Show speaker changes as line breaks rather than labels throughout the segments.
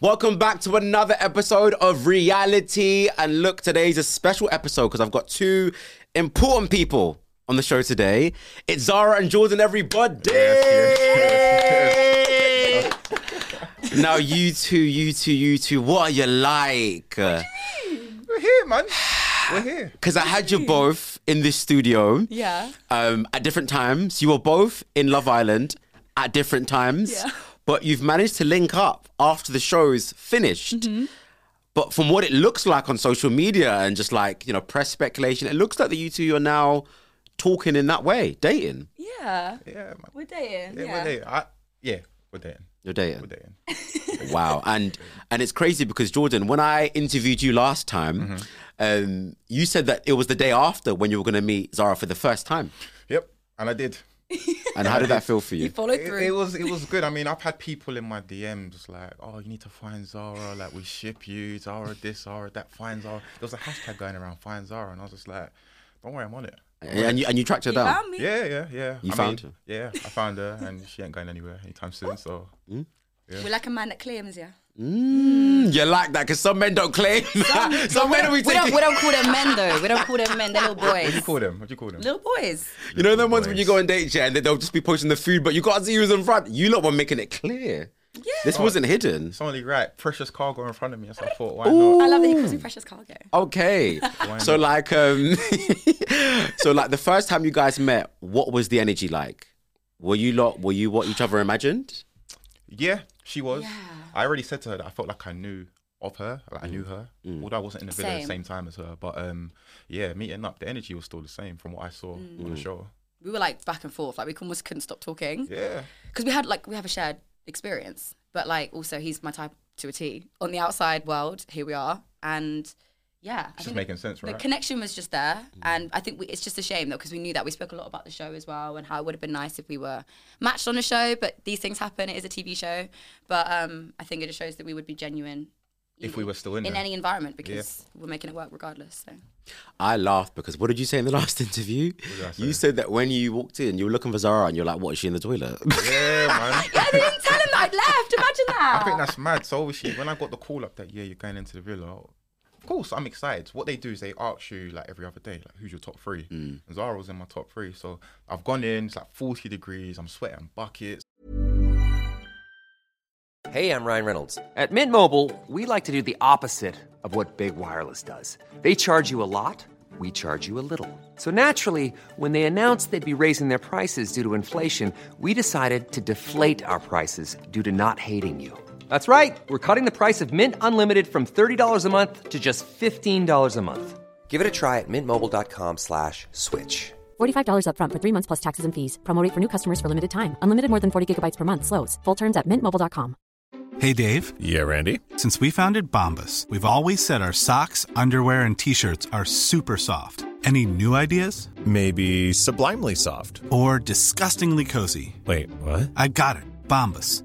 Welcome back to another episode of Reality. And look, today's a special episode because I've got two important people on the show today. It's Zara and Jordan, everybody.
yes,
now, you two, you two, you two, what are you like?
We're here, man. We're here.
Because I had you both in this studio.
Yeah.
um, at different times. You were both in Love Island at different times,
Yeah.
but you've managed to link up after the show's finished.
Mm-hmm.
But from what it looks like on social media and just like, you know, press speculation, it looks like the you two are now talking in that way, dating.
Yeah.
Yeah, man.
We're dating.
Yeah,
Yeah.
we're dating. I, yeah, we're dating.
You're dating.
We're dating.
wow and and it's crazy because jordan when i interviewed you last time
Mm-hmm.
um, you said that it was the day after when you were going to meet zara for the first time
Yep, and I did.
and how did that feel for you
You followed
It,
through.
it was it was good. I mean, I've had people in my DMs like, "Oh, you need to find Zara. Like, we ship you. Zara this, Zara that. Find Zara." There was a hashtag going around, "Find Zara," and I was just like, "Don't worry, I'm on it."
and you and you tracked her
you
down
found me.
Yeah, yeah, yeah.
You
I
found
mean, Yeah, I found her, and she ain't going anywhere anytime soon. So
We're like a man that claims, yeah.
Mm, you like that because some men don't claim. Some, men we
We
take.
don't, we don't call them men though. We don't call them men. They're little
what do you
boys.
call them? What do you call them?
Little boys.
You know them ones when
boys.
you go on dates yeah, and they'll just be posting the food, but you can't see who's in front. You lot were making it clear.
Yeah.
This wasn't hidden.
It's only right. Precious cargo in front of me. So I thought, why
I
not?
love that he calls me precious cargo.
Okay. so
not?
like um so like the first time you guys met, what was the energy like? Were you lot were you what each other imagined?
Yeah, she was.
Yeah.
I already said to her that I felt like I knew of her, like I knew her, although I wasn't in the villa at the
Same.
same time as her. But um, yeah, meeting up, the energy was still the same from what I saw
Mm.
on the show.
We were like back and forth. Like we almost couldn't stop talking
Yeah,
because we had like we have a shared experience. But like also he's my type to a T. On the outside world, here we are, and yeah, I
it's
think
just making sense,
the
right?
connection was just there,
Mm.
and I think we, it's just a shame though because we knew that we spoke a lot about the show as well and how it would have been nice if we were matched on a show. But these things happen. It is a TV show, but um, I think it just shows that we would be genuine
if we were still in,
in
there.
any environment because we're making it work regardless. So
I laughed because what did you say in the last interview?
did I say?
You said that when you walked in, you were looking for Zara and you're like, what is she in the toilet?
yeah, man.
I didn't tell him that I'd left. Imagine that.
I think that's mad. So obviously, when I got the call up that yeah, you're going into the villa. Of course, I'm excited. What they do is they ask you like every other day, like who's your top three? And Zara was in my top three, so I've gone in. It's like 40 degrees. I'm sweating buckets.
Hey, I'm Ryan Reynolds. At Mint Mobile, we like to do the opposite of what Big Wireless does. They charge you a lot, we charge you a little. So naturally, when they announced they'd be raising their prices due to inflation, we decided to deflate our prices due to not hating you. That's right. We're cutting the price of Mint Unlimited from $30 a month to just $15 a month. Give it a try at mintmobile.com slash switch.
$45 upfront for three months plus taxes and fees. Promo rate for new customers for limited time. Unlimited more than 40 gigabytes per month. Slows. Full terms at mintmobile.com.
Hey, Dave.
Yeah, Randy.
Since we founded Bombus, we've always said our socks, underwear, and t shirts are super soft. Any new ideas?
Maybe sublimely soft.
Or disgustingly cozy?
Wait, what?
I got it. Bombus.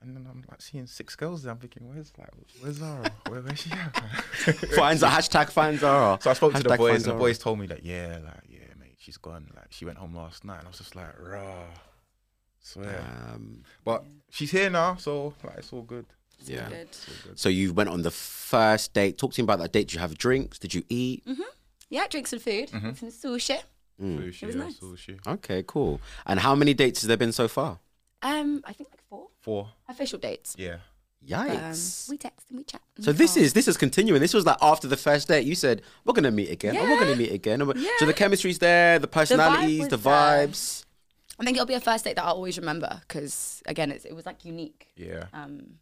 And then I'm like seeing six girls there. I'm thinking, where's like, where's Zara? Where, where's she at?
Finds a hashtag find Zara.
so I spoke to
Hashtag
the
find
boys, and the
Zara.
boys told me that, yeah, like, yeah, mate, she's gone. Like, she went home last night, and I was just like, rah, swear.
Um,
but she's here now, so like, it's all good.
yeah.
Good.
So you went on the first date. Talk to me about that date. Did you have drinks? Did you eat?
Mm-hmm. Yeah, drink some food,
Mm-hmm.
some sushi.
Mm.
Sushi,
It was
yeah,
nice.
sushi.
Okay, cool. And how many dates has there been so far?
Um, I think like four
Four,
official dates.
yeah.
Um,
Yikes.
we text and we chat. Oh.
so this is this is continuing. This was like after the first date. You said we're gonna meet again. and we're
Yeah.
gonna meet again. and we're-" So
Yeah.
the chemistry's there, the personalities,
was
the,
there.
vibes.
I think it'll be a first date that I'll always remember because again, it's, it was like unique.
Yeah.
Um,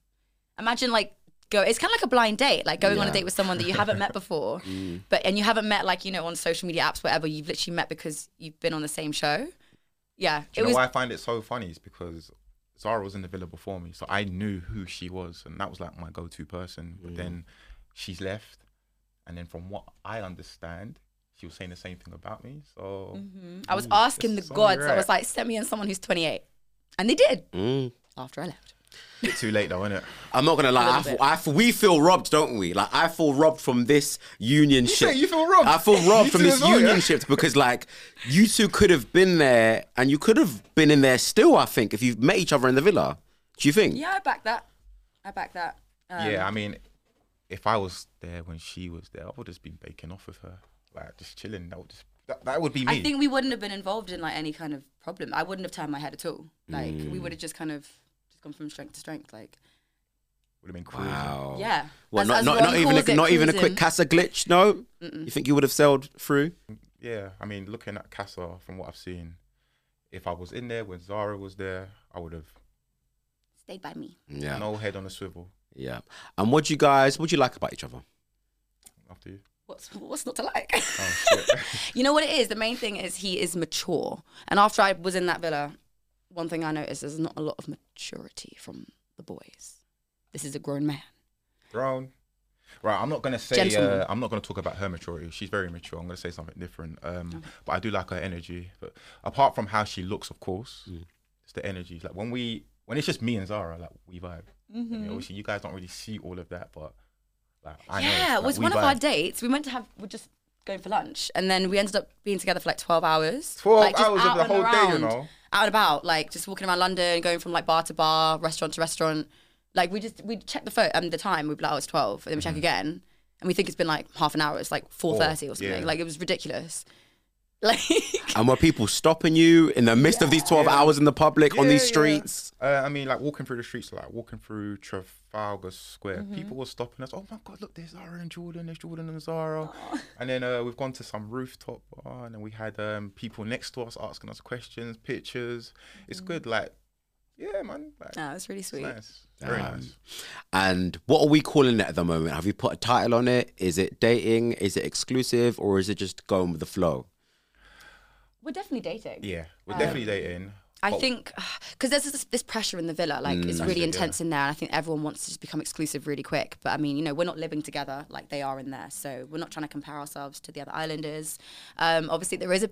imagine like go. It's kind of like a blind date, like going on a date with someone that you haven't met before,
Mm.
but and you haven't met like you know on social media apps, whatever. You've literally met because you've been on the same show. Yeah,
Do you know why I find it so funny? Is because Zara was in the villa before me, so I knew who she was, and that was like my go-to person. But then she's left, and then from what I understand, she was saying the same thing about me. So
I
Mm.
was asking the
it's so
gods. I was
right.
like, send me in someone who's 28, and they did
Mm.
after I left.
bit too late though, isn't it?
I'm not gonna lie. I
little
feel,
bit.
I feel, we feel robbed, don't we? Like I feel robbed from this union
You
ship.
say you feel robbed?
I feel robbed
You
from
too
this
as well, yeah?
union ship because like you two could have been there and you could have been in there still. I think if you met each other in the villa, do you think?
Yeah, I back that. I back that. Um,
yeah, I mean, if I was there when she was there, I would just been baking off with her, like just chilling. That would just that, that would be me.
I think we wouldn't have been involved in like any kind of problem. I wouldn't have turned my head at all. Like we
Mm.
would have just kind of just gone from strength to strength. Like
would have been crazy.
Wow.
yeah.
Well,
As-
not,
as
not,
Ron
not even
calls
a,
it,
not even a
cruising.
quick Casa glitch. No, you think you would have sailed through?
Yeah, I mean, looking at Casa from what I've seen, if I was in there when Zara was there, I would have
Stayed by me.
Yeah,
no head on a swivel.
yeah. And what do you guys? What do you like about each other?
After you.
What's what's not to like?
Oh shit.
you know what it is. The main thing is he is mature. And after I was in that villa, one thing I noticed is not a lot of maturity from the boys. This is a grown man.
Brown. Right, I'm not gonna say.
Gentleman.
Uh, I'm not gonna talk about her maturity. She's very mature. I'm gonna say something different. Um, But I do like her energy. But apart from how she looks, of course, it's the energy. Like when we, when it's just me and Zara, like we vibe. I
Mm-hmm.
mean, obviously, you guys don't really see all of that, but like I know,
yeah,
like,
it was
we
one of
vibe.
our dates. We went to have, we're just going for lunch. And then we ended up being together for like 12 hours.
12
like, just
hours of
out
the
and
whole day, you
around,
know?
Out and about, like just walking around London, going from like bar to bar, restaurant to restaurant. Like we just, we'd check the phone and the time, we'd be like, oh, it's 12. And then we
Mm-hmm.
check again. And we think it's been like half an hour. It's like 4.30 or something.
yeah.
Like it was ridiculous. Like,
And were people stopping you in the midst of these 12 hours in the public on these
Yeah, yeah.
streets?
Uh, I mean, like walking through the streets, like walking through Trafalgar Square,
Mm-hmm.
people were stopping us. Oh my God, look, there's Zara and Jordan, there's Jordan and Zara. And then uh, we've gone to some rooftop bar, and then we had um, people next to us asking us questions, pictures. It's good, like, yeah, man. Like,
no, it's really
it's
Mm-hmm. Oh, sweet.
nice. Very
Um,
nice.
And what are we calling it at the moment? Have you put a title on it? Is it dating? Is it exclusive? Or is it just going with the flow?
We're definitely dating.
Yeah, we're definitely dating.
I
but
think because there's this, this pressure in the villa, like it's really
it,
intense in there, and I think everyone wants to just become exclusive really quick. But I mean, you know, we're not living together like they are in there, so we're not trying to compare ourselves to the other islanders. Um, obviously, there is a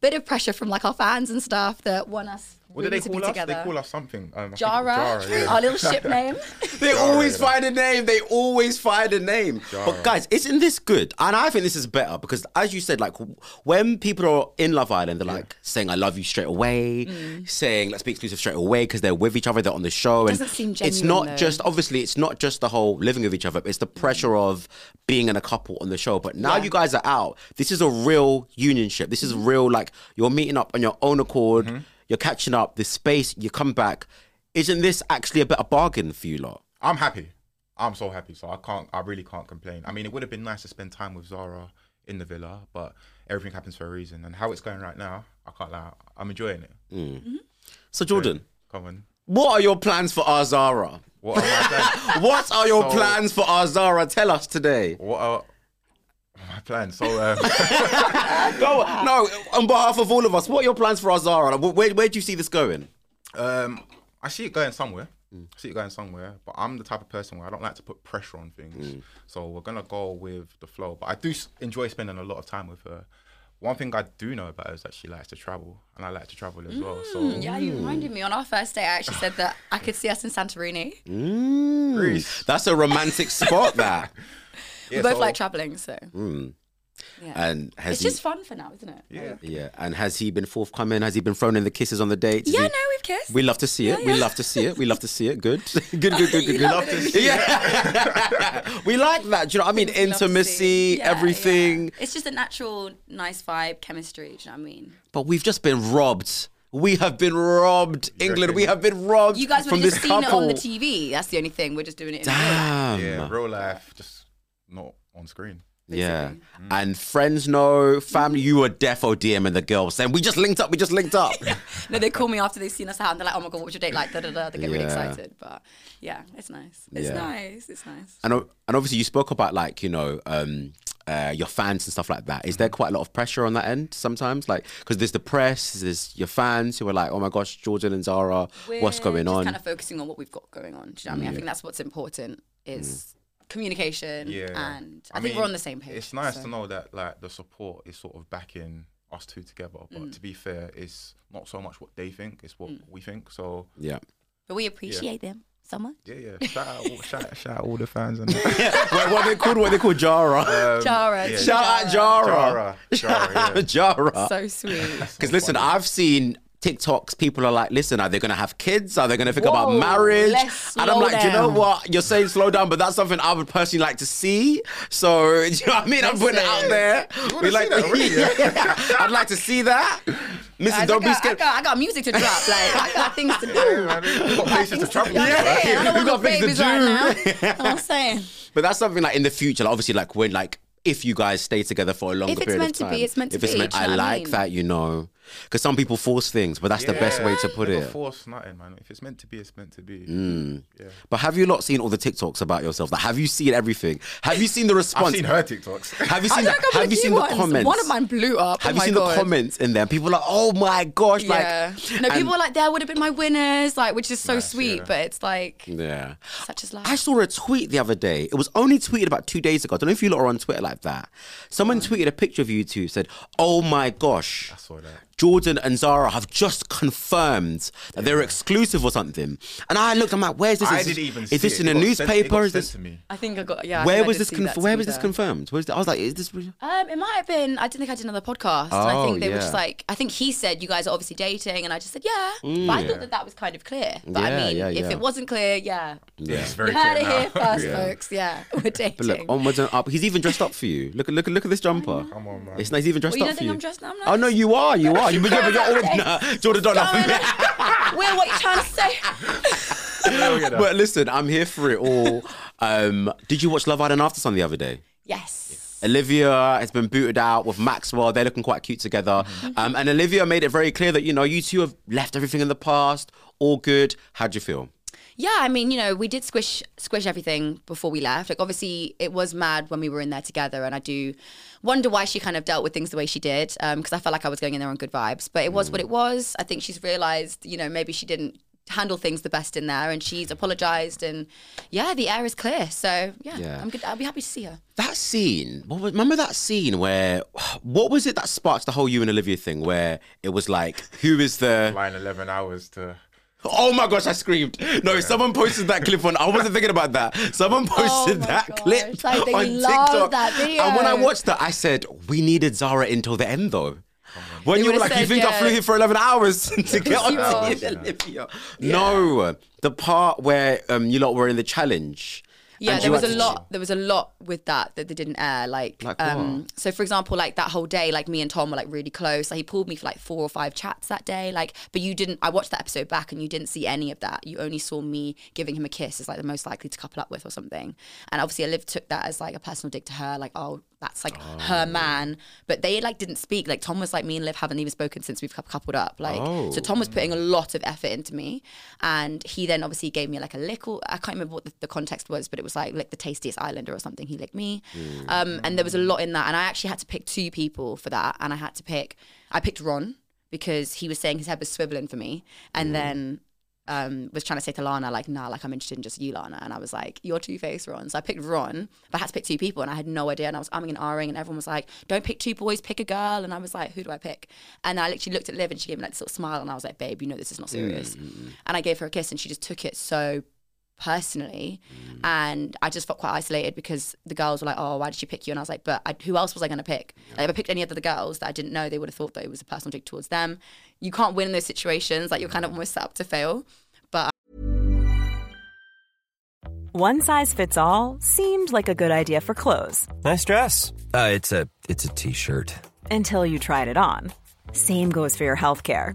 bit of pressure from like our fans and stuff that want us
What
really
do they
to
call
be
us?
together.
They call us something. Um, I think it's
Jara,
Jara yeah.
our little ship name.
They always find a name. They always find a name. But guys, isn't this good? And I think this is better because, as you said, like w- when people are in Love Island, they're like saying "I love you" straight away,
Mm.
saying "Let's be exclusive" straight away because they're with each other, they're on the show, and
Doesn't seem
it's
genuine,
not
though.
just obviously it's not just the whole living with each other. It's the pressure
Mm.
of being in a couple on the show. But now you guys are out. This is a real union ship. This is
Mm.
real. Like you're meeting up on your own accord. You're catching up. This space. You come back. Isn't this actually a better bargain for you lot?
I'm happy. I'm so happy. So I can't. I really can't complain. I mean, it would have been nice to spend time with Zara in the villa, but everything happens for a reason. And how it's going right now, I can't lie. I'm enjoying it.
So Jordan,
Come on.
what are your plans for Azara?
What am I saying?
What are your
So-
plans for Azara? Tell us today.
what are my plans? So um,
Go, no, on behalf of all of us, what are your plans for Azara? Wh- Where, where do you see this going?
um, I see it going somewhere. I see it going somewhere. But I'm the type of person where I don't like to put pressure on things. So we're gonna go with the flow. But I do s- enjoy spending a lot of time with her. One thing I do know about her is that she likes to travel, and I like to travel as well. So
yeah, you reminded me. On our first date, I actually said that I could see us in Santorini.
Mm.
Mm.
Greece.
That's a romantic spot, that.
Yeah,
we both
so-
like traveling, so
Mm.
yeah.
And has
it's
he,
just fun for now, isn't it? Yeah.
yeah, and has he been forthcoming? Has he been throwing in the kisses on the dates? Is
Yeah,
he-
no, we've kissed.
We love to see it.
Yeah,
We
yeah.
love to see it. We love to see it. Good. good, good, good, good, good.
love Love to it. see
Yeah. we like that. Do you know what I mean?
things we love to
Intimacy,
see. Yeah,
everything.
yeah. It's just a natural, nice vibe, chemistry. Do you know what I mean?
But we've just been robbed. We have been robbed, England. We have been robbed
You guys would
from
have
this
just seen
couple.
it on the TV. That's the only thing. We're just doing it in real life.
Damn.
Yeah, real life, just not on screen.
Yeah. And friends know, family, you were defo DMing the girl saying, We just linked up, we just linked up.
No, they call me after they've seen us out and they're like, oh my God, what's your date like? Da, da, da. They get really
Yeah.
excited. But yeah, it's nice. It's
Yeah.
nice. It's nice.
and, o- and obviously, you spoke about like, you know, um, uh, your fans and stuff like that. Is there quite a lot of pressure on that end sometimes? Like, because there's the press, there's your fans who are like, oh my gosh, Jordan and Zara, what's
We're
going
just
on?
kind of focusing on what we've got going on. Do you know what I mean? I think that's what's important is
Mm.
communication.
Yeah.
Mm. And I, think we're on the same page.
It's nice
so.
to know that like the support is sort of backing us two together. But
Mm.
to be fair, it's not so much what they think, it's what we think. So
yeah.
But we appreciate them so much.
yeah, yeah. Shout out, all- shout, out- shout out all the fans and that.
Wait, what are they called? What are they called? Jara.
Uh, Jara.
yeah.
Shout out Jara.
Jara, Jara, yeah.
Jara.
So sweet.
Because listen, I've seen TikToks. People are like, listen, are they going to have kids? Are they going to think about marriage?
let's
And I'm
slow
like, do you know
down.
what? You're saying slow down, but that's something I would personally like to see. So, do you know what I mean? I'm putting it out
Listen.
there.
wanna see that already, yeah?
I'd like to see that. Listen,
Guys,
don't
I
be
got-
scared.
I got, I got music to drop. Like I got things to do.
I mean, we've got places to travel.
Yeah,
to, right?
I don't
We
want
got
no
things to
babies right now.
do.
That's what I'm saying.
But that's something like in the future, like, obviously, like when like if you guys stay together for a longer
it's
period
meant
of
to
time,
be, it's meant to
if it's
be,
meant,
do you
I
know what I
like
mean?
that, you know, because some people force things, but that's the best way to put
Never
it. Mm.
force nothing, man. If it's meant to be, it's meant to be.
But have you not seen all the TikToks about yourself? Like, have you seen everything? Have you seen the response?
I've seen her TikToks.
Have you
I
seen?
did a
The,
couple
have
of
you
new
seen
ones.
the comments?
One of mine blew up.
Have
oh
you
my
seen
God.
the comments in there? People are like, oh my gosh,
Yeah.
like
no, people
and-
were like, "There would have been my winners," like, which is so sweet, but it's like
yeah.
such as
I
life.
saw a tweet the other day. It was only tweeted about two days ago. I don't know if you lot are on Twitter like that. Someone
Mm.
tweeted a picture of you two. Said, "Oh my gosh,
I saw that.
Jordan and Zara have just confirmed that they're exclusive or something." And I looked. I'm like, "Where's this?
I
Is this-
didn't even
Is
see
this
it.
in
It
a
got sent- it
newspaper?
got
Is
sent
this?
to me.
I think I got yeah. I
where
think I
was
did
this?
see that
Conf-
to
where
be
was this
fair.
confirmed? Where's the- I was like, "Is this?" real?"
Um, it might have been. I didn't think I did another podcast. and I
Oh,
think they were
yeah.
just like. I think he said you guys are obviously dating, and I just said yeah. but I thought that that was kind of clear. But I
Mm. Yeah,
mean,
yeah,
if
yeah.
it wasn't clear, yeah,
Yeah, it's very
you
clear
heard it
now.
here first,
Yeah.
folks. Yeah, we're dating.
But look, oh onwards and up. He's even dressed up for you. Look at look at look at this jumper. Come
on, man.
It's nice. He's even dressed
Well, you
up
don't
for
think
you.
I'm dressed? I'm
Oh
not.
no, you are. You are. You but you're, but you're always nah. Jordan don't laugh at me.
Will, what you trying to say?
But listen, I'm here for it all. Um, did you watch Love Island After Sun the other day?
yes.
Olivia has been booted out with Maxwell. They're looking quite cute together.
Mm-hmm.
Um, and Olivia made it very clear that you know you two have left everything in the past. All good. How'd you feel?
Yeah, I mean, you know, we did squish squish everything before we left. Like, obviously, it was mad when we were in there together, and I do wonder why she kind of dealt with things the way she did. Because I felt like I was going in there on good vibes, but it was what it was. I think she's realized, you know, maybe she didn't handle things the best in there, and she's apologized, and yeah, the air is clear. So yeah,
Yeah.
I'm good. I'll be happy to see her.
That scene, what was, remember that scene where, what was it that sparked the whole you and Olivia thing where it was like, who is the.
Flying 11 hours to.
Oh my gosh, I screamed. No, someone posted that clip on. I wasn't thinking about that. Someone posted
Oh my
that
gosh,
clip
like, they
on
love
TikTok.
that video.
And when I watched that, I said, we needed Zara until the end
Oh
though. When
They
you were
would've
like, you
said,
think I
yeah.
flew here for 11 hours to get on
Yeah.
to Olivia? No, the part where um, you lot were in the challenge.
Yeah,
and
there
you
was
had
a
to-
lot. There was a lot with that that they didn't air. Like,
Like
um, so for example, like that whole day, like me and Tom were like really close. Like he pulled me for like four or five chats that day. Like, but you didn't. I watched that episode back, and you didn't see any of that. You only saw me giving him a kiss as like the most likely to couple up with or something. And obviously, Olive took that as like a personal dig to her. Like, oh, that's like
Oh.
her man. But they like didn't speak. Like Tom was like, me and Liv haven't even spoken since we've cou- coupled up. Like, so Tom was putting a lot of effort into me, and he then obviously gave me like a lick. Or I can't remember what the, the context was, but it was like like the tastiest islander or something. He licked me, um, and there was a lot in that. And I actually had to pick two people for that, and I had to pick. I picked Ron because he was saying his head was swiveling for me, and then um, was trying to say to Lana, like, nah, like I'm interested in just you, Lana. And I was like, you're two faced, Ron. So I picked Ron, but I had to pick two people and I had no idea. And I was umming and ahhing, and everyone was like, don't pick two boys, pick a girl. And I was like, who do I pick? And I literally looked at Liv and she gave me like this little smile and I was like, babe, you know this is not serious. And I gave her a kiss and she just took it so personally and I just felt quite isolated because the girls were like oh why did she pick you and I was like but I, who else was I going to pick like, if I picked any other the girls that I didn't know they would have thought that it was a personal dig towards them you can't win in those situations like you're kind of almost set up to fail
One size fits all seemed like a good idea for clothes
Nice dress. Uh, it's a it's a t-shirt.
until you tried it on. Same goes for your healthcare.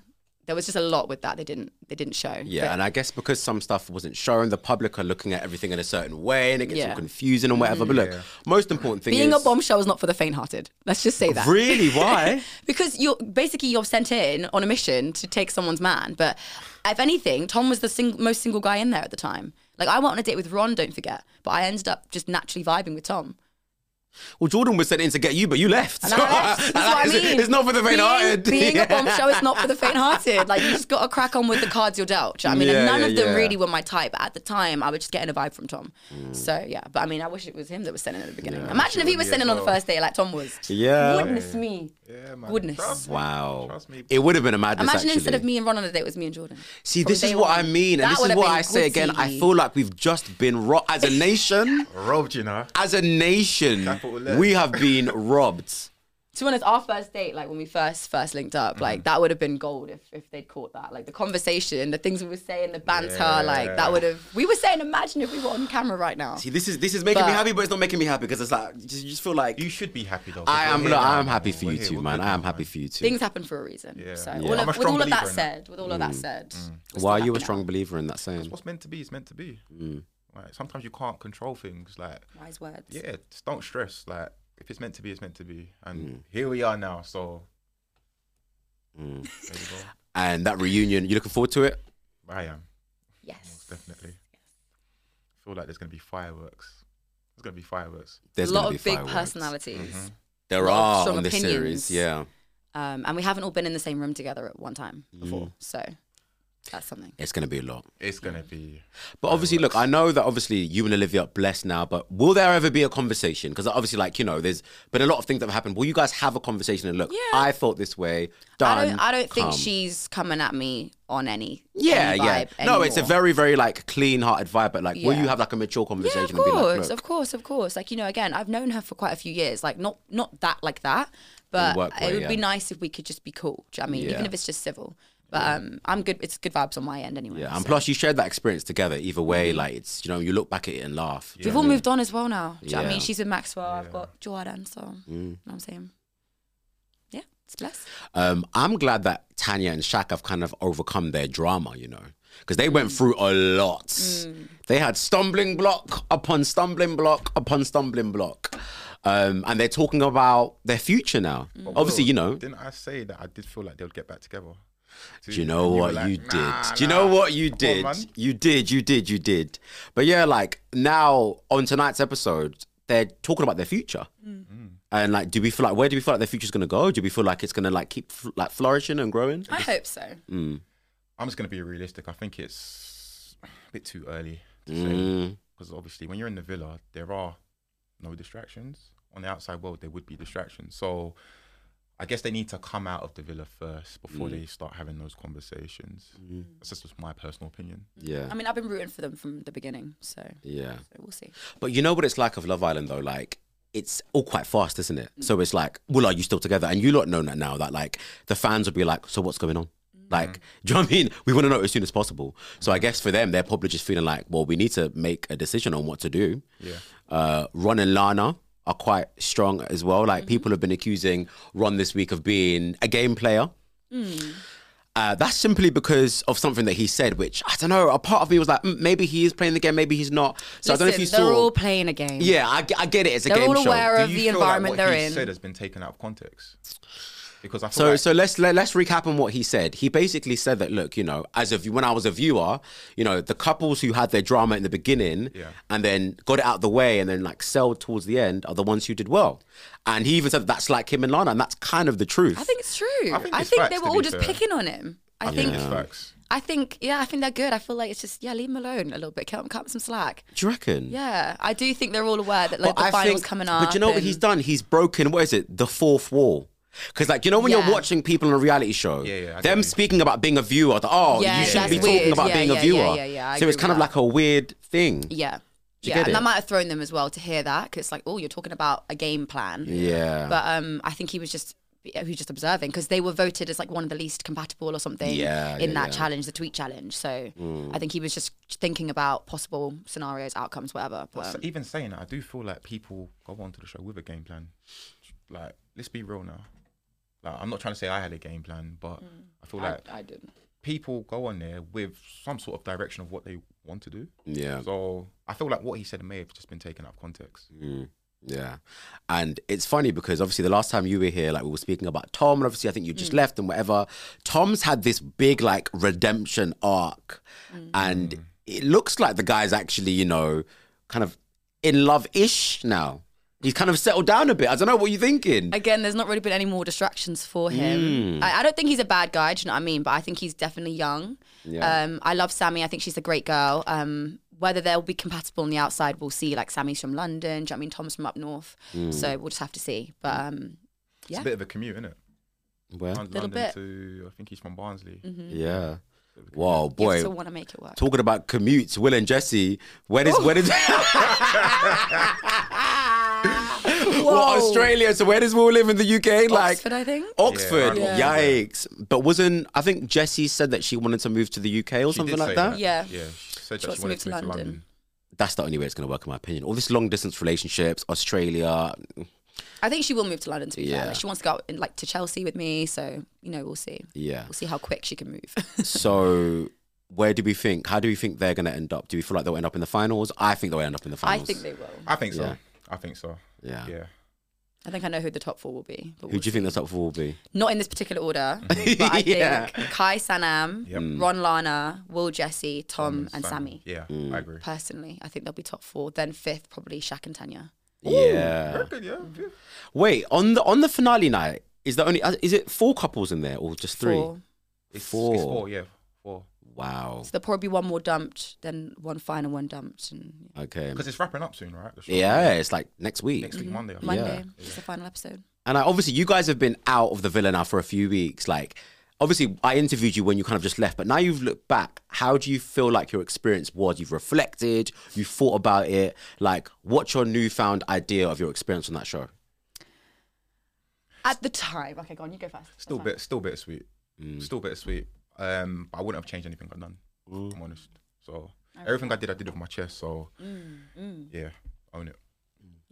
there was just a lot with that. They didn't they didn't show.
Yeah, and I guess because some stuff wasn't shown, the public are looking at everything in a certain way, and it gets
Yeah.
all confusing and whatever. But look, most important thing
being
is
a bombshell is not for the faint-hearted. Let's just say that.
Really? Why?
because you're basically you're sent in on a mission to take someone's man. But if anything, Tom was the sing- most single guy in there at the time. Like I went on a date with Ron, don't forget, but I ended up just naturally vibing with Tom.
well, Jordan was sent in to get you, but you left.
And I left. That's what I
Like, it's-
mean.
It's not for the
Being-
faint-hearted.
Being,
Yeah.
a bombshell is not for the faint-hearted. Like you just got to crack on with the cards you're dealt. do you know what I mean,
Yeah,
and none
yeah,
of them
yeah. Mm.
really were my type at the time. I was just getting a vibe from Tom. So yeah, but I mean, I wish it was him that was sending at the beginning. Imagine if he was sending on the first day like Tom was.
Yeah.
Goodness me.
Yeah, man.
Goodness.
Trust me.
Wow.
Trust me.
It would have been a madness.
Imagine
actually.
instead of me and Ron on a date, it was me and Jordan.
See,
From
this is
day
what I
one.
mean, and
That
this
would
is
have
what
been
I say
good
again. I
TV.
feel like we've just been robbed as a nation.
Robbed, you know.
as a nation,
Capital letter.
we have been robbed.
To be honest, our first date, like when we first first linked up,
Mm.
like that would have been gold if, if they'd caught that. Like the conversation, the things we were saying, the banter, like that would have. We were saying, imagine if we were on camera right now.
See, this is this is making me
But-
happy, but it's not making me happy because it's like you just, you just feel like
You should be happy though. 'cause
I
we're
am.
here
Look,
now,
I am happy for
We're
you
here,
too,
we're
man.
good
I am
now,
happy
man.
for you too.
Things happen for a reason.
Yeah.
So
Yeah.
All
I'm a
of, with
strong
all of that
believer in that.
said, with all of that
Mm.
said, we're
Why are
still
you a
hanging
strong believer in that saying?
What's meant to be is meant to be.
Mm.
Like sometimes you can't control things. Like
out. Wise words.
yeah, just don't stress. Like if it's meant to be, it's meant to be. And
Mm.
here we are now. So there you
And that reunion, you looking forward to it?
go. I am
Yes.
definitely. I feel like there's gonna be fireworks. There's gonna be fireworks.
a
gonna
lot
be
of big
fireworks. Mm-hmm.
personalities.
There
lot of
are
strong
on this
opinions.
series, yeah.
Um, and we haven't all been in the same room together at one time
Mm.
before. So that's something.
It's gonna be a lot.
It's gonna be.
But obviously, look, I know that obviously you and Olivia are blessed now, but will there ever be a conversation? Because obviously, like, you know, there's been a lot of things that have happened. Will you guys have a conversation and look,
Yeah.
I felt this way, done.
I don't, I don't think
come.
she's coming at me on any.
Yeah,
any
yeah.
vibe
No, it's a
anymore.
very, very like clean hearted vibe, but like, will
Yeah.
you have like a mature
Yeah,
conversation
of
and be
course,
like, look,
of course, of course. Like you know, again, I've known her for quite a few years. Like not not that like that, but
work way,
it would be
yeah.
nice if we could just be cool. Do you know what I mean,
Yeah.
even if it's just civil. But um, I'm good. It's good vibes on my end anyway.
yeah. And
so.
plus, you shared that experience together either way. Like, it's, you know, you look back at it and laugh.
we've all moved on as well now. Do you know what I
Yeah. Mm.
mean? She's with Maxwell. I've got Jordan. So you know what I'm saying, yeah, it's blessed.
Um, I'm glad that Tanya and Shaq have kind of overcome their drama, you know, because they went through a lot. They had stumbling block upon stumbling block upon stumbling block. Um, and they're talking about their future now. Mm. Obviously,
Will,
you know.
Didn't I say that I did feel like they would get back together?
Do you know
And
what
were like,
you did?
"Nah,
Do you
nah."
know what you
Come on,
did?
man.
you did, you did, you did. But yeah, like now on tonight's episode, they're talking about their future.
Mm.
And like, do we feel like where do we feel like their future's gonna go? Do we feel like it's gonna like keep fl- like flourishing and growing?
I hope so.
I'm just gonna be realistic. I think it's a bit too early to say
Mm.
because obviously when you're in the villa, there are no distractions. On the outside world, there would be distractions. So I guess they need to come out of the villa first before
Mm.
they start having those conversations. That's just just my personal opinion.
Yeah,
I mean, I've been rooting for them from the beginning, so
yeah.
we'll see.
But you know what it's like of Love Island though, like. It's all quite fast, isn't it? So it's like, well, are you still together? And you lot know that now that like the fans will be like, so what's going on?
Mm.
Like, do you know what I mean? We want to know as soon as possible. So I guess for them, they're probably just feeling like, well, we need to make a decision on what to do.
Yeah.
uh, Ron and Lana are quite strong as well. Like
Mm-hmm.
people have been accusing Ron this week of being a game player.
Mm.
Uh, that's simply because of something that he said, which I don't know. A part of me was like, mm, maybe he is playing the game, maybe he's not. So I don't know if you
Listen, they're
saw.
all playing a game.
yeah, I, g- I get it. It's a
They're
game
all
show.
aware of
Do you
the
feel like
environment
what
they're
he
in.
said has been taken out of context. because I feel
So
like
so let's let, let's recap on what he said. He basically said that look, you know, as of when I was a viewer, you know, the couples who had their drama in the beginning
Yeah.
and then got it out the way and then like sailed towards the end are the ones who did well. And he even said that's like him and Lana, and that's kind of the truth.
I think it's true. I think,
think it's
they
facts,
were
to
all
be
just
fair.
picking on him. I,
I
think.
think it's facts.
I think. Yeah, I think they're good. I feel like it's just yeah, leave him alone a little bit. Cut, cut him some slack.
Do you reckon?
Yeah, I do think they're all aware that like
But
the
I
finals
think-
coming up.
But you know what
and-
he's done? He's broken. What is it? The fourth wall. Because like you know when
Yeah.
you're watching people on a reality show,
Yeah, yeah, I get
them
you.
speaking about being a viewer, the, oh,
Yeah,
you shouldn't be
that's
talking
weird.
about
Yeah,
being
yeah,
a viewer.
yeah, yeah, yeah, I
so
agree
it's
with
kind of
that.
like a weird thing.
Yeah.
Do you
yeah,
get
and
it?
that might have thrown them as well to hear that because it's like, oh, you're talking about a game plan.
Yeah.
But um, I think he was just he was just observing because they were voted as like one of the least compatible or something
Yeah,
in
yeah,
that
yeah. Hmm.
challenge, the tweet challenge. So I think he was just thinking about possible scenarios, outcomes, whatever.
But s-
But,
even saying that, I do feel like people go onto the show with a game plan. Like, let's be real now. Like, I'm not trying to say I had a game plan, but I feel like
I, I didn't.
people go on there with some sort of direction of what they want to do.
yeah.
So I feel like what he said may have just been taken out of context.
Mm, yeah. And it's funny because obviously the last time you were here, like we were speaking about Tom, and obviously I think you just left and whatever. Tom's had this big like redemption arc, and it looks like the guy's actually, you know, kind of in love ish now. He's kind of settled down a bit. I don't know what you're thinking.
Again, there's not really been any more distractions for him.
Hmm.
I, I don't think he's a bad guy, do you know what I mean? But I think he's definitely young.
Yeah.
Um, I love Sammy. I think she's a great girl. Um, whether they'll be compatible on the outside, we'll see. Like Sammy's from London, do you know what I mean? Tom's from up north.
Hmm.
So we'll just have to see. But um,
It's
Yeah.
a bit of a commute, isn't it?
Where?
Little bit.
to I think he's from Barnsley.
Yeah. Whoa,
you
boy.
still want to make it work.
Talking about commutes, Will and Jesse. When is when is well, Australia? So where does Will live in the UK? Like
Oxford, I think.
Oxford.
Yeah,
Yeah.
Yikes! But wasn't I think Jesse said that she wanted to move to the UK or
She
something
did
like
say
that?
Yeah.
Yeah. She said
She
that
wants
she wanted to move to London.
That's the only way it's going to work, in my opinion. All this long distance relationships, Australia.
I think she will move to London to be fair.
Yeah.
Like, she wants to go out in, like to Chelsea with me, so you know we'll see.
Yeah.
We'll see how quick she can move.
So. Where do we think? How do we think they're going to end up? Do we feel like they'll end up in the finals? I think they'll end up in the
I
finals.
think they will.
I think so.
Yeah.
I think so.
Yeah.
Yeah.
I think I know who the top four will be. But
Who
we'll
do you think the top four will be?
Not in this particular order, but I think
Yeah. Hmm.
Kai Sanam,
Yep.
Ron Lana, Will Jesse, Tom, and Sammy.
Yeah, I agree.
Personally, I think they'll be top four. Then fifth, probably Shaq and Tanya.
yeah.
Very good, yeah. yeah.
Wait on the on the finale night. Is there only uh, is it four couples in there or just three?
Four.
It's
Four.
It's four, yeah. Four.
Wow.
So there'll probably be one more dumped, then one final one dumped, and
Okay.
Because it's wrapping up soon, right? The show.
Yeah, it's like next week.
Next week, Monday. I think.
Monday
Yeah.
is the final episode.
And I, obviously, you guys have been out of the villa now for a few weeks. Like, obviously, I interviewed you when you kind of just left, but now you've looked back. How do you feel like your experience was? You've reflected. You've thought about it. Like, what's your newfound idea of your experience on that show?
At the time, okay, go on, you go first. That's
Still
fine.
bit, still bittersweet.
Mm.
Still bittersweet. Um, I wouldn't have changed anything I've done. if I'm honest. So everything I did, I did with my chest. So
Mm,
yeah, own it.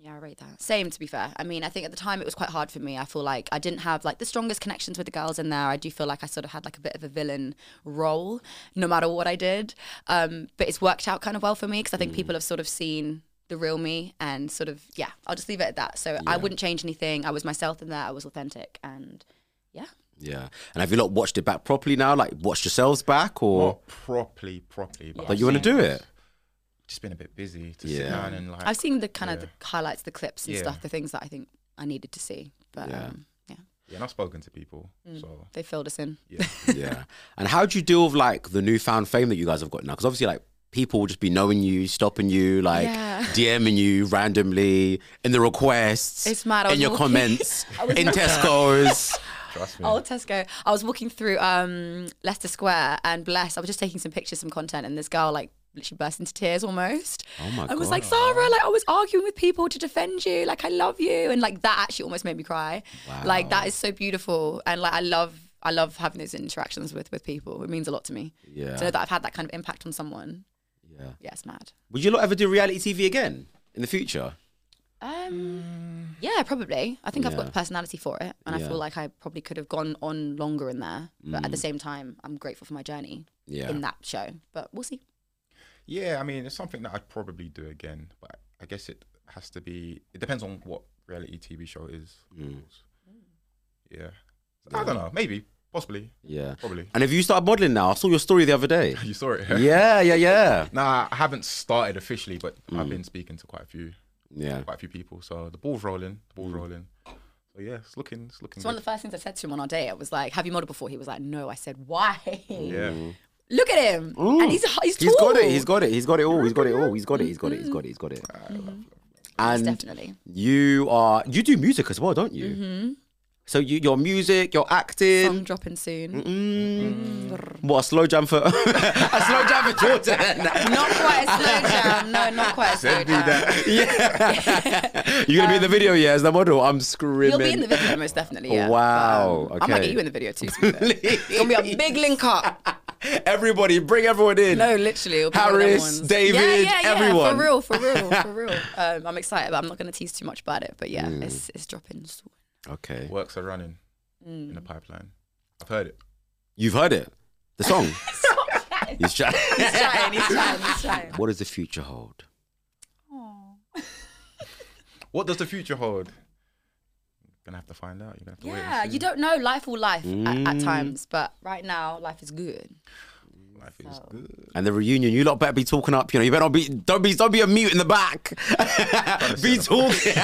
Yeah, I rate that. Same, to be fair. I mean, I think at the time it was quite hard for me. I feel like I didn't have like the strongest connections with the girls in there. I do feel like I sort of had like a bit of a villain role, no matter what I did. Um, but it's worked out kind of well for me because I think
Mm.
people have sort of seen the real me and sort of yeah. I'll just leave it at that. So I wouldn't change anything. I was myself in there. I was authentic, and yeah,
Yeah. And have you lot watched it back properly now? Like, watched yourselves back, or
Not properly, properly. But,
but you want to do it?
Just been a bit busy to
Yeah.
sit down and like.
I've seen the kind of
yeah.
the highlights, the clips and
Yeah.
stuff, the things that I think I needed to see. But yeah, um, yeah
Yeah, and I've spoken to people. So
they filled us in.
yeah,
yeah. And how do you deal with like the newfound fame that you guys have got now? Because obviously, like people will just be knowing you, stopping you, like
Yeah.
DMing you randomly in the requests,
It's mad, I
in
was
your
walking-
comments,
I was
in
walking-
Tesco's.
trust me.
Oh, Tesco. I was walking through um, Leicester Square and bless, I was just taking some pictures, some content, and this girl like literally burst into tears almost.
Oh my
I was like,
God.
Sarah, like I was arguing with people to defend you. Like I love you. And like that actually almost made me cry. Like that is so beautiful. And like I love I love having those interactions with with people. It means a lot to me.
Yeah.
To know that I've had that kind of impact on someone.
yeah.
Yeah, it's mad.
Would you lot ever do reality TV again in the future?
Um, yeah, probably. I think I've got
Mm. Yeah.
the personality for it, and
Yeah. Mm.
I feel like I probably could have gone on longer in there. But at the same time, I'm grateful for my journey
Yeah.
in that show. But we'll see.
Yeah, I mean, it's something that I'd probably do again, but I guess it has to be. It depends on what reality TV show it is. of course. Yeah, I don't know. Maybe. Possibly.
Yeah.
Probably.
And have you started modeling now? I saw your story the other day.
You saw it.
yeah, yeah, yeah.
Nah, I haven't started officially, but I've been speaking to quite a few,
Yeah.
quite a few people. So the ball's rolling, the ball's rolling. So yeah, it's looking, it's looking.
It's one of
good.
the first things I said to him on our date. I was like, "Have you modeled before?" He was like, "No." I said, "Why?"
yeah.
Look at him, and he's he's tall.
He's got it. He's got it. He's got it all. He's got it all. He's got it. He's got it. He's got it. He's got it. And
Mm-hmm. definitely.
you are you do music as well, don't you? Mm-hmm. So you your music, your
Song
acting.
dropping soon.
What a slow jam for a slow jam for Jordan.
Not quite a slow jam. No, not quite a slow jam.
You're gonna be in the video, yeah, as the model. I'm screaming.
Um, You'll be in the video most definitely. Yeah.
Wow,
But, um, I might
okay.
get you in the video too. to be fair. It's gonna be a big link up.
Everybody, bring everyone in.
No, literally. It'll be one of them
Harris,
ones.
David,
yeah, yeah, yeah,
everyone.
For real, for real, for real. Um, I'm excited, but I'm not gonna tease too much about it. But yeah, it's it's dropping soon.
Okay.
Works are running in
Mm.
the pipeline. I've heard it.
You've heard it. The song. He's trying.
He's trying, he's trying, he's trying.
what does the future hold?
What does the future hold? Gonna have to find out. You're gonna have to wait. and
Yeah,
see.
you don't know. Life will life at,
Mm.
at times, but right now, life is good.
Life is good.
And the reunion, you lot better be talking up. You know, you better not be don't be don't be a mute in the back. be talking.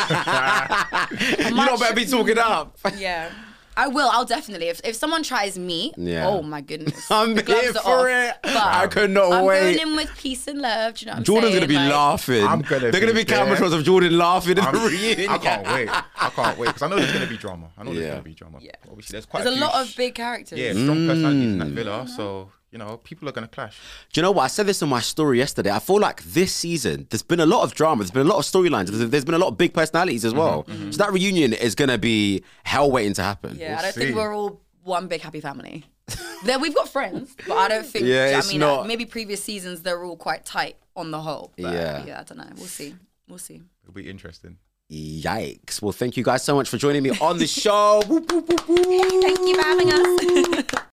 you lot better be talking up.
Yeah. I will. I'll definitely. If, if someone tries me,
Yeah.
oh my goodness,
I'm
the gloves
here
are
for
off.
it.
But
I could not
I'm
wait.
going in with peace and love. Do you know what I'm
Jordan's
saying?
gonna be
Like,
laughing.
I'm gonna
They're gonna
be
be camera
there.
shots of Jordan laughing in
I'm-
the reunion.
I can't wait. I can't wait because I know there's gonna be drama. I know
Yeah.
there's gonna be drama.
Yeah.
Obviously, there's quite
There's a
few
lot
sh-
of big characters.
Yeah, strong personalities in that villa. So you know, people are gonna clash.
Do you know what? I said this in my story yesterday. I feel like this season, there's been a lot of drama, there's been a lot of storylines, there's, there's been a lot of big personalities
Mm-hmm.
as well. So that reunion is going to be hell waiting to happen.
Yeah, I don't
see.
think we're all one big happy family. there, we've got friends, but I don't think.
Yeah,
I
it's
mean,
not-
uh, maybe previous seasons they're all quite tight on the whole. But
Yeah.
yeah, I don't know. We'll see. We'll see.
It'll be interesting.
Yikes. Well, thank you guys so much for joining me on the show. Whoop, whoop, whoop, whoop.
Thank you for having us.